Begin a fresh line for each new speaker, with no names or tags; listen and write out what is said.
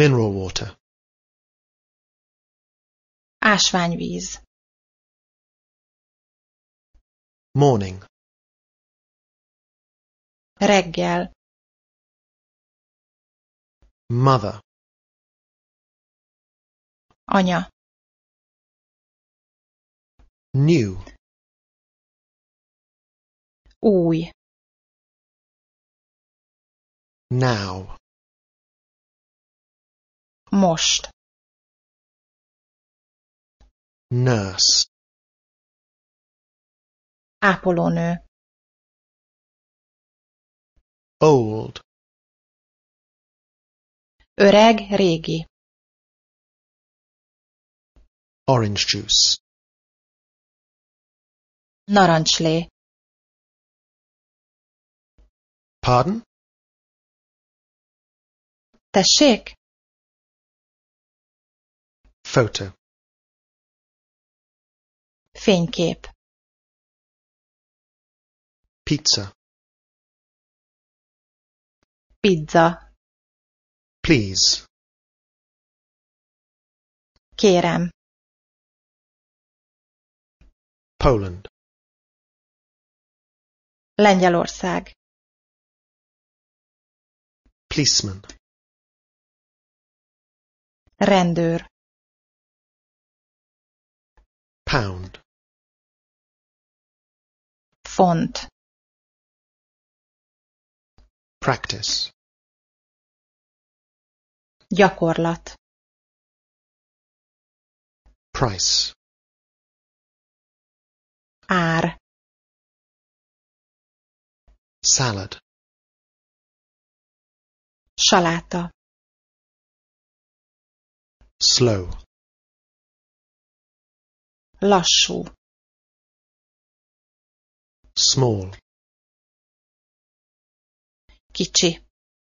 mineral water
Ásványvíz
morning
Reggel
mother
Anya
new
Új
now
Most
nurse
Ápolónő
old
Öreg, régi
orange juice
Narancslé
pardon
Tessék?
photo
Fénykép
pizza
Pizza
please
Kérem
Poland
Lengyelország
policeman
Rendőr
pound
Font
practice
Gyakorlat
price
Ár
salad
Saláta
slow
Lassú
small
Kicsi